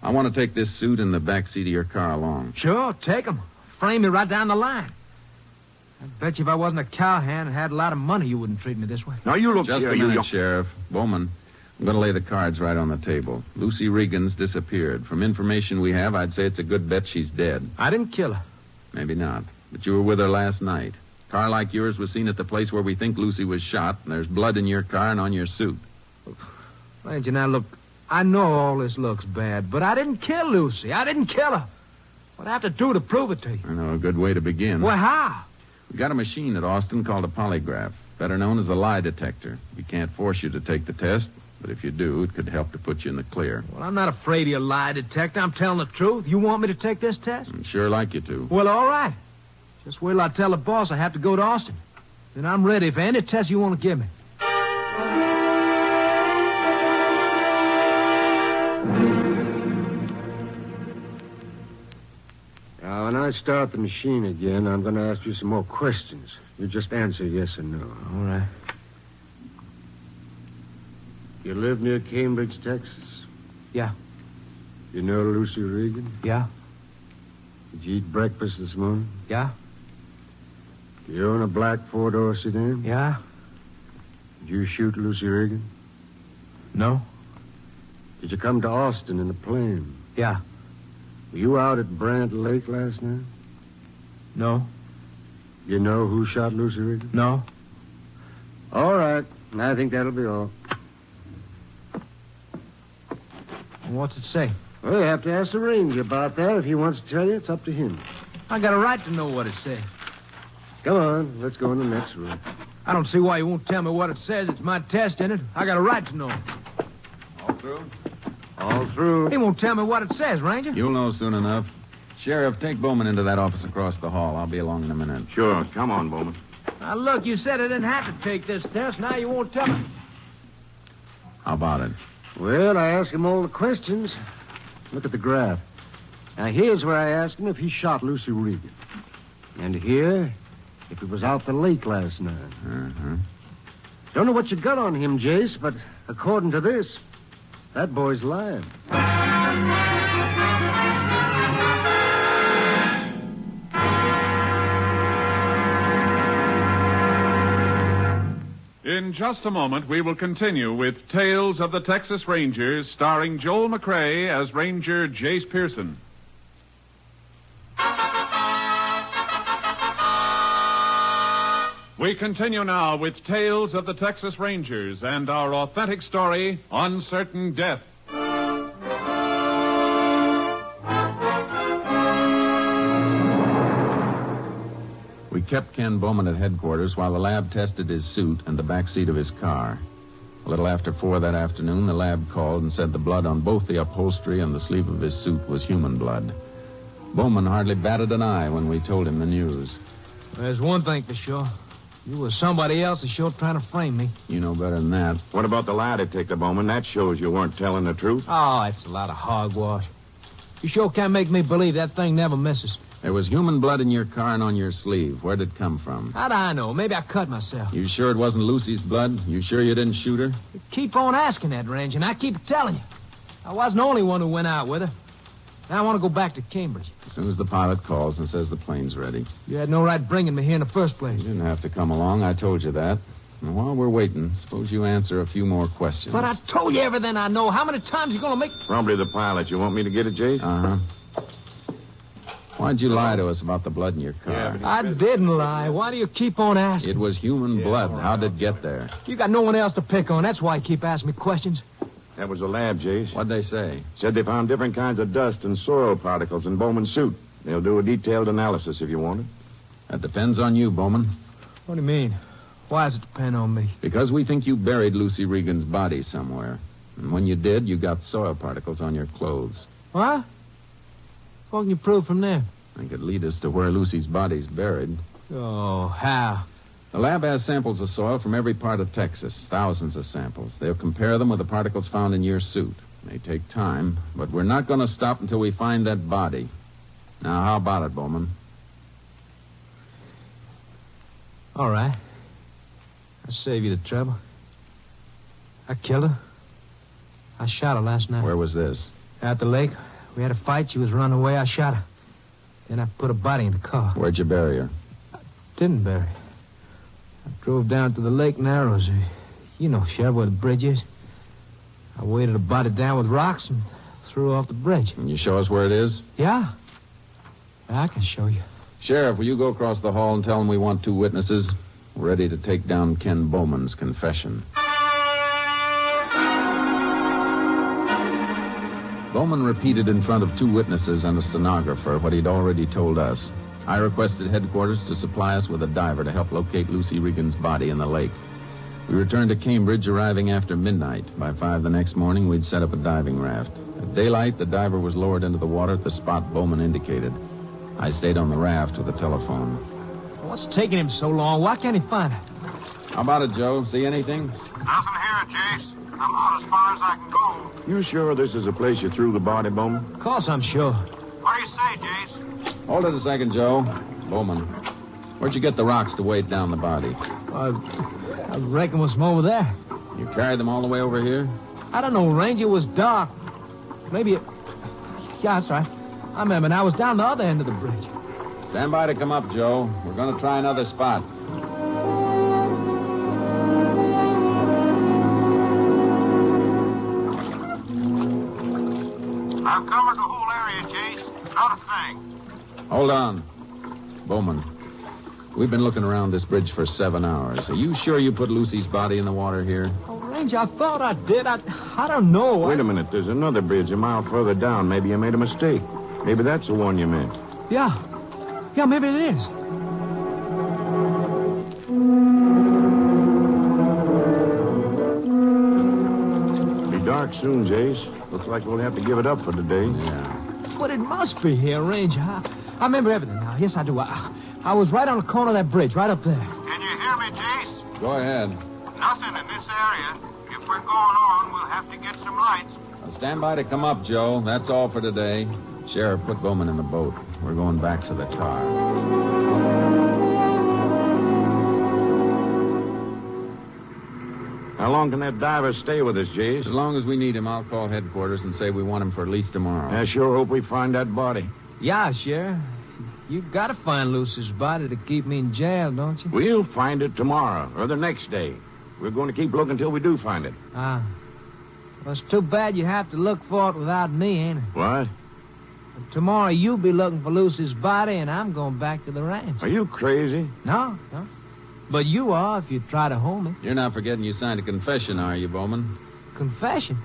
A: I want to take this suit and the back seat of your car along.
L: Sure, take 'em. Frame me right down the line. I bet you if I wasn't a cowhand and had a lot of money, you wouldn't treat me this way.
U: Now, you look
A: Just
U: here,
A: a
U: you-
A: minute,
U: you-
A: Sheriff. Bowman, I'm going to lay the cards right on the table. Lucy Regan's disappeared. From information we have, I'd say it's a good bet she's dead.
L: I didn't kill her.
A: Maybe not. But you were with her last night. Car like yours was seen at the place where we think Lucy was shot, and there's blood in your car and on your suit.
L: Ranger, now look, I know all this looks bad, but I didn't kill Lucy. I didn't kill her. What'd I have to do to prove it to you?
A: I know a good way to begin.
L: Well, how?
A: We got a machine at Austin called a polygraph, better known as a lie detector. We can't force you to take the test, but if you do, it could help to put you in the clear.
L: Well, I'm not afraid of your lie detector. I'm telling the truth. You want me to take this test?
A: I'd sure like you to.
L: Well, all right. Just wait till I tell the boss I have to go to Austin. Then I'm ready for any test you want to give me.
R: Now, when I start the machine again, I'm going to ask you some more questions. You just answer yes or no. All
L: right.
R: You live near Cambridge, Texas?
L: Yeah.
R: You know Lucy Regan?
L: Yeah?
R: Did you eat breakfast this morning?
L: Yeah?
R: Do you own a black four door sedan?
L: Yeah?
R: Did you shoot Lucy Regan?
L: No?
R: Did you come to Austin in a plane?
L: Yeah.
R: Were you out at Brant Lake last night?
L: No?
R: You know who shot Lucy Regan?
L: No?
R: All right. I think that'll be all.
L: What's it say?
R: Well, you have to ask the ranger about that. If he wants to tell you, it's up to him.
L: I got a right to know what it says.
R: Come on, let's go in the next room.
L: I don't see why you won't tell me what it says. It's my test, in it. I got a right to know.
A: All through?
R: All through.
L: He won't tell me what it says, Ranger.
A: You'll know soon enough. Sheriff, take Bowman into that office across the hall. I'll be along in a minute.
U: Sure. Come on, Bowman.
L: Now, look, you said I didn't have to take this test. Now you won't tell me.
A: How about it?
R: Well, I asked him all the questions. Look at the graph. Now, here's where I asked him if he shot Lucy Regan. And here, if he was out the lake last night.
A: Uh-huh.
R: Don't know what you got on him, Jace, but according to this, that boy's lying.
P: In just a moment, we will continue with Tales of the Texas Rangers, starring Joel McRae as Ranger Jace Pearson. We continue now with Tales of the Texas Rangers and our authentic story, Uncertain Death.
A: We kept Ken Bowman at headquarters while the lab tested his suit and the back seat of his car. A little after four that afternoon, the lab called and said the blood on both the upholstery and the sleeve of his suit was human blood. Bowman hardly batted an eye when we told him the news.
L: There's one thing for sure. You or somebody else is sure trying to frame me.
A: You know better than that.
U: What about the lie detector, Bowman? That shows you weren't telling the truth.
L: Oh, it's a lot of hogwash. You sure can't make me believe that thing never misses.
A: There was human blood in your car and on your sleeve. Where'd it come from?
L: How'd I know? Maybe I cut myself.
A: You sure it wasn't Lucy's blood? You sure you didn't shoot her?
L: You keep on asking that, Ranger, and I keep telling you. I wasn't the only one who went out with her. Now I want to go back to Cambridge.
A: As soon as the pilot calls and says the plane's ready.
L: You had no right bringing me here in the first place.
A: You didn't have to come along. I told you that. And while we're waiting, suppose you answer a few more questions.
L: But I told you everything I know. How many times you going to make...
U: Probably the pilot. You want me to get it, Jake?
A: Uh-huh. Why'd you lie to us about the blood in your car?
L: I didn't lie. Why do you keep on asking?
A: It was human blood. How'd it get there?
L: You got no one else to pick on. That's why you keep asking me questions.
U: That was the lab, Jase.
A: What'd they say?
U: Said they found different kinds of dust and soil particles in Bowman's suit. They'll do a detailed analysis if you want it.
A: That depends on you, Bowman.
L: What do you mean? Why does it depend on me?
A: Because we think you buried Lucy Regan's body somewhere. And when you did, you got soil particles on your clothes.
L: What? What can you prove from there?
A: It could lead us to where Lucy's body's buried.
L: Oh, how?
A: The lab has samples of soil from every part of Texas, thousands of samples. They'll compare them with the particles found in your suit. They take time, but we're not going to stop until we find that body. Now, how about it, Bowman?
L: All right. I'll save you the trouble. I killed her. I shot her last night.
A: Where was this?
L: At the lake. We had a fight. She was running away. I shot her. Then I put her body in the car.
A: Where'd you bury her?
L: I didn't bury her. I drove down to the Lake Narrows. You know, Sheriff, where the bridge is. I weighted her body down with rocks and threw her off the bridge.
A: Can you show us where it is?
L: Yeah. I can show you.
A: Sheriff, will you go across the hall and tell them we want two witnesses? We're ready to take down Ken Bowman's confession. Bowman repeated in front of two witnesses and a stenographer what he'd already told us. I requested headquarters to supply us with a diver to help locate Lucy Regan's body in the lake. We returned to Cambridge, arriving after midnight. By five the next morning, we'd set up a diving raft. At daylight, the diver was lowered into the water at the spot Bowman indicated. I stayed on the raft with a telephone.
L: What's taking him so long? Why can't he find it?
A: How about it, Joe? See anything?
W: Nothing here, Chase. I'm out as far as I can go.
U: You sure this is the place you threw the body, Bowman?
L: Of course I'm sure.
W: What do you say, Jace?
A: Hold it a second, Joe. Bowman, where'd you get the rocks to weight down the body?
L: Uh, I reckon it was from over there.
A: You carried them all the way over here?
L: I don't know, Ranger. It was dark. Maybe it... Yeah, that's right. I remember now. I was down the other end of the bridge.
A: Stand by to come up, Joe. We're going to try another spot.
W: I've covered the whole area, Chase. Not a thing.
A: Hold on. Bowman, we've been looking around this bridge for seven hours. Are you sure you put Lucy's body in the water here?
L: Oh, Ranger, I thought I did. I, I don't know.
U: Wait
L: I...
U: a minute. There's another bridge a mile further down. Maybe you made a mistake. Maybe that's the one you meant.
L: Yeah. Yeah, maybe it is.
U: Be dark soon, Jace. Looks like we'll have to give it up for today.
A: Yeah.
L: But it must be here, Ranger. I, I remember everything now. Yes, I do. I, I, was right on the corner of that bridge, right up there.
W: Can you hear me, Jace?
A: Go ahead.
W: Nothing in this area. If we're going on, we'll have to get some lights.
A: Now stand by to come up, Joe. That's all for today. Sheriff, put Bowman in the boat. We're going back to the car.
U: How long can that diver stay with us, Jase?
A: As long as we need him, I'll call headquarters and say we want him for at least tomorrow.
U: I sure hope we find that body.
L: Yeah, Sheriff. You've got to find Lucy's body to keep me in jail, don't you?
U: We'll find it tomorrow or the next day. We're going to keep looking until we do find it.
L: Ah. well, it's too bad you have to look for it without me, ain't it?
U: What?
L: But tomorrow you'll be looking for Lucy's body, and I'm going back to the ranch.
U: Are you crazy?
L: No, no. But you are if you try to home it.
A: You're not forgetting you signed a confession, are you, Bowman?
L: Confession?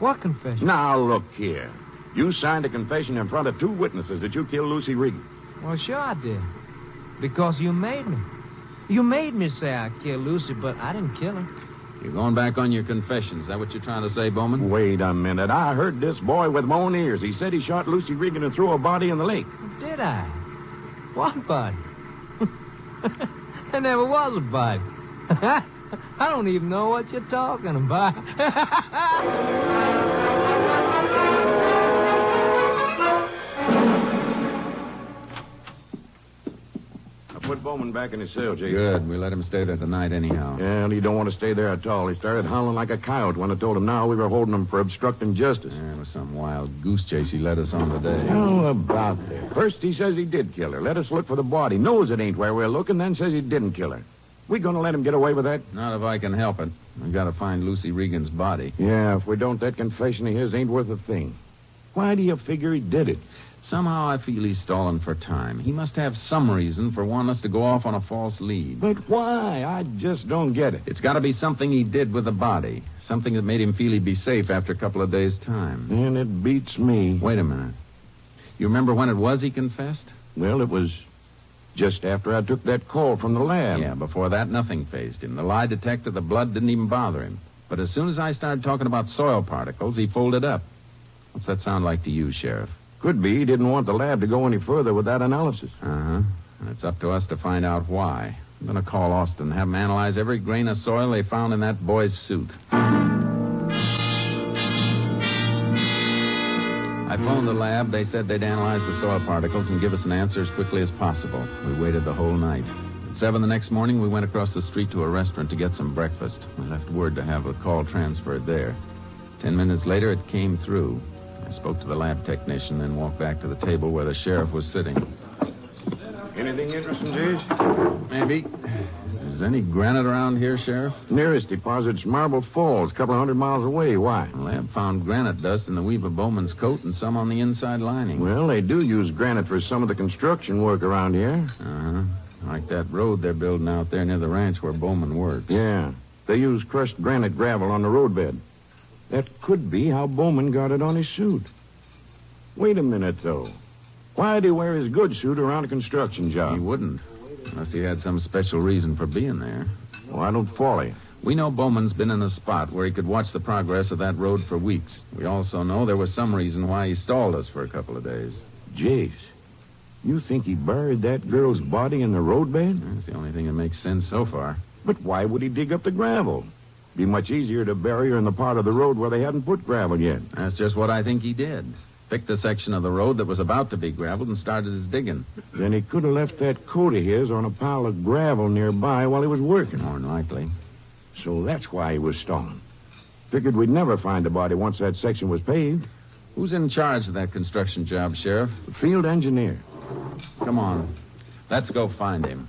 L: What confession?
U: Now, look here. You signed a confession in front of two witnesses that you killed Lucy Regan.
L: Well, sure I did. Because you made me. You made me say I killed Lucy, but I didn't kill her.
A: You're going back on your confession. Is that what you're trying to say, Bowman?
U: Wait a minute. I heard this boy with my own ears. He said he shot Lucy Regan and threw her body in the lake.
L: Did I? What [laughs] body? there never was a body. [laughs] I don't even know what you're talking about. [laughs]
U: I put Bowman back in his cell, Jason.
A: Good. We let him stay there tonight, anyhow.
U: Yeah, and he don't want to stay there at all. He started howling like a coyote when I told him now we were holding him for obstructing justice.
A: Yeah, it was some wild goose chase he led us on today.
U: How about that? First he says he did kill her. Let us look for the body. Knows it ain't where we're looking, then says he didn't kill her. We gonna let him get away with that?
A: Not if I can help it. I've got to find Lucy Regan's body.
U: Yeah, if we don't, that confession of his ain't worth a thing. Why do you figure he did it?
A: Somehow I feel he's stalling for time. He must have some reason for wanting us to go off on a false lead.
U: But why? I just don't get it.
A: It's got to be something he did with the body. Something that made him feel he'd be safe after a couple of days' time.
U: And it beats me.
A: Wait a minute. You remember when it was he confessed?
U: Well, it was just after I took that call from the lab.
A: Yeah, before that, nothing phased him. The lie detector, the blood didn't even bother him. But as soon as I started talking about soil particles, he folded up. What's that sound like to you, Sheriff?
U: Could be he didn't want the lab to go any further with that analysis.
A: Uh huh. And it's up to us to find out why. I'm going to call Austin and have him analyze every grain of soil they found in that boy's suit. I phoned the lab. They said they'd analyze the soil particles and give us an answer as quickly as possible. We waited the whole night. At seven the next morning, we went across the street to a restaurant to get some breakfast. We left word to have the call transferred there. Ten minutes later, it came through. I spoke to the lab technician, then walked back to the table where the sheriff was sitting.
U: Anything interesting, Jase?
A: Maybe. Is there any granite around here, Sheriff?
U: Nearest deposit's Marble Falls, a couple of hundred miles away. Why?
A: The lab found granite dust in the weave of Bowman's coat and some on the inside lining.
U: Well, they do use granite for some of the construction work around here.
A: Uh huh. Like that road they're building out there near the ranch where Bowman works.
U: Yeah. They use crushed granite gravel on the roadbed. That could be how Bowman got it on his suit. Wait a minute, though. Why'd he wear his good suit around a construction job?
A: He wouldn't. Unless he had some special reason for being there.
U: Well, I don't follow
A: We know Bowman's been in a spot where he could watch the progress of that road for weeks. We also know there was some reason why he stalled us for a couple of days.
U: Jace, you think he buried that girl's body in the roadbed?
A: That's the only thing that makes sense so far.
U: But why would he dig up the gravel? Be much easier to bury her in the part of the road where they hadn't put gravel yet.
A: That's just what I think he did picked a section of the road that was about to be graveled and started his digging.
U: Then he could have left that coat of his on a pile of gravel nearby while he was working.
A: More than likely.
U: So that's why he was stalling. Figured we'd never find the body once that section was paved.
A: Who's in charge of that construction job, Sheriff?
U: The field engineer.
A: Come on. Let's go find him.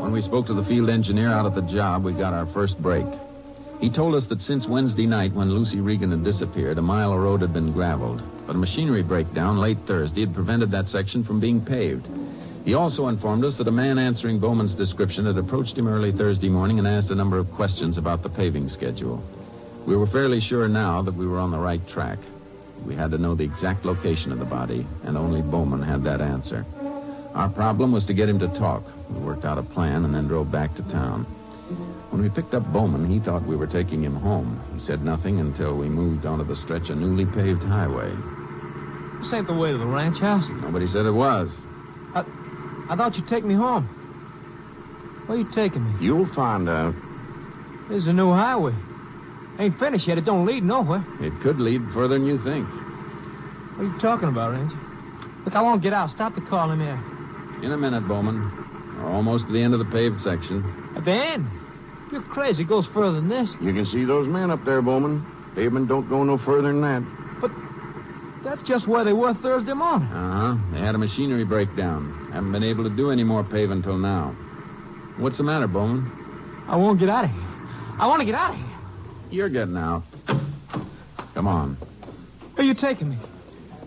A: When we spoke to the field engineer out at the job, we got our first break. He told us that since Wednesday night, when Lucy Regan had disappeared, a mile of road had been graveled. But a machinery breakdown late Thursday had prevented that section from being paved. He also informed us that a man answering Bowman's description had approached him early Thursday morning and asked a number of questions about the paving schedule. We were fairly sure now that we were on the right track. We had to know the exact location of the body, and only Bowman had that answer. Our problem was to get him to talk. We worked out a plan and then drove back to town. When we picked up Bowman, he thought we were taking him home. He said nothing until we moved onto the stretch of newly paved highway.
L: This ain't the way to the ranch house.
A: Nobody said it was.
L: I, I thought you'd take me home. Where you taking me?
U: You'll find out.
L: This is a new highway. Ain't finished yet. It don't lead nowhere.
A: It could lead further than you think.
L: What are you talking about, Ranger? Look, I won't get out. Stop the car. Let me
A: In a minute, Bowman. We're almost to the end of the paved section.
L: At the end? You're crazy. It goes further than this.
U: You can see those men up there, Bowman. Pavement don't go no further than that.
L: But that's just where they were Thursday morning.
A: Uh huh. They had a machinery breakdown. Haven't been able to do any more paving till now. What's the matter, Bowman?
L: I won't get out of here. I want to get out of here.
A: You're getting out. Come on.
L: Where are you taking me?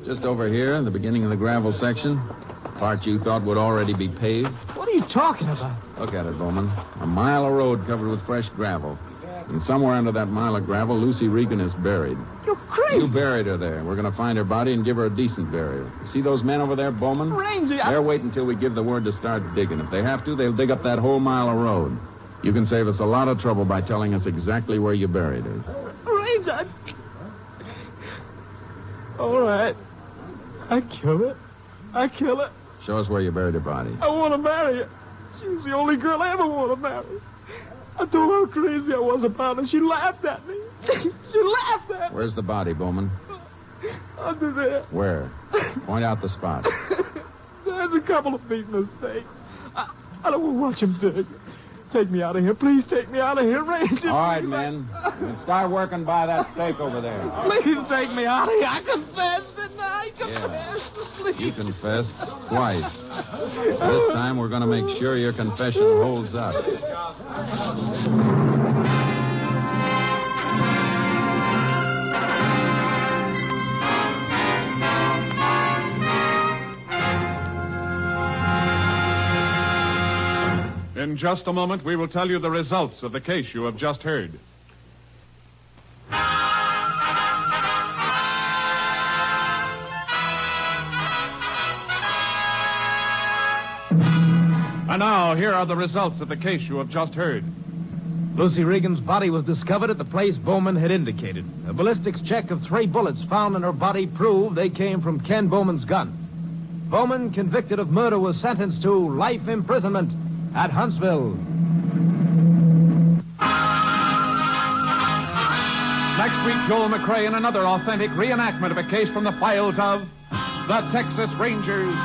A: Just over here, the beginning of the gravel section. Part you thought would already be paved.
X: What are you talking about?
A: Look at it, Bowman. A mile of road covered with fresh gravel. And somewhere under that mile of gravel, Lucy Regan is buried.
X: You're crazy.
A: You buried her there. We're going to find her body and give her a decent burial. See those men over there, Bowman?
X: Ranger, I-
A: They're waiting till we give the word to start digging. If they have to, they'll dig up that whole mile of road. You can save us a lot of trouble by telling us exactly where you buried her.
X: Ranger, I... All right. I kill it. I kill it.
A: Show us where you buried her body.
X: I want to marry her. She was the only girl I ever want to marry. I told her how crazy I was about her. She laughed at me. she laughed at me.
A: Where's the body, Bowman?
X: Under there,
A: Where? Point out the spot.
X: there's a couple of big mistakes. I, I don't want to watch him dig. Take me out of here. Please take me out of here, Ranger.
A: All right, men. Start working by that stake over there.
X: Please take me out of here. I confess, didn't I? I
A: Yeah.
X: confess.
A: You confessed twice. This time we're going to make sure your confession holds up.
P: In just a moment, we will tell you the results of the case you have just heard. And now, here are the results of the case you have just heard.
L: Lucy Regan's body was discovered at the place Bowman had indicated.
Y: A ballistics check of three bullets found in her body proved they came from Ken Bowman's gun.
L: Bowman, convicted of murder, was sentenced to life imprisonment at Huntsville.
P: Next week, Joel McRae in another authentic reenactment of a case from the files of the Texas Rangers.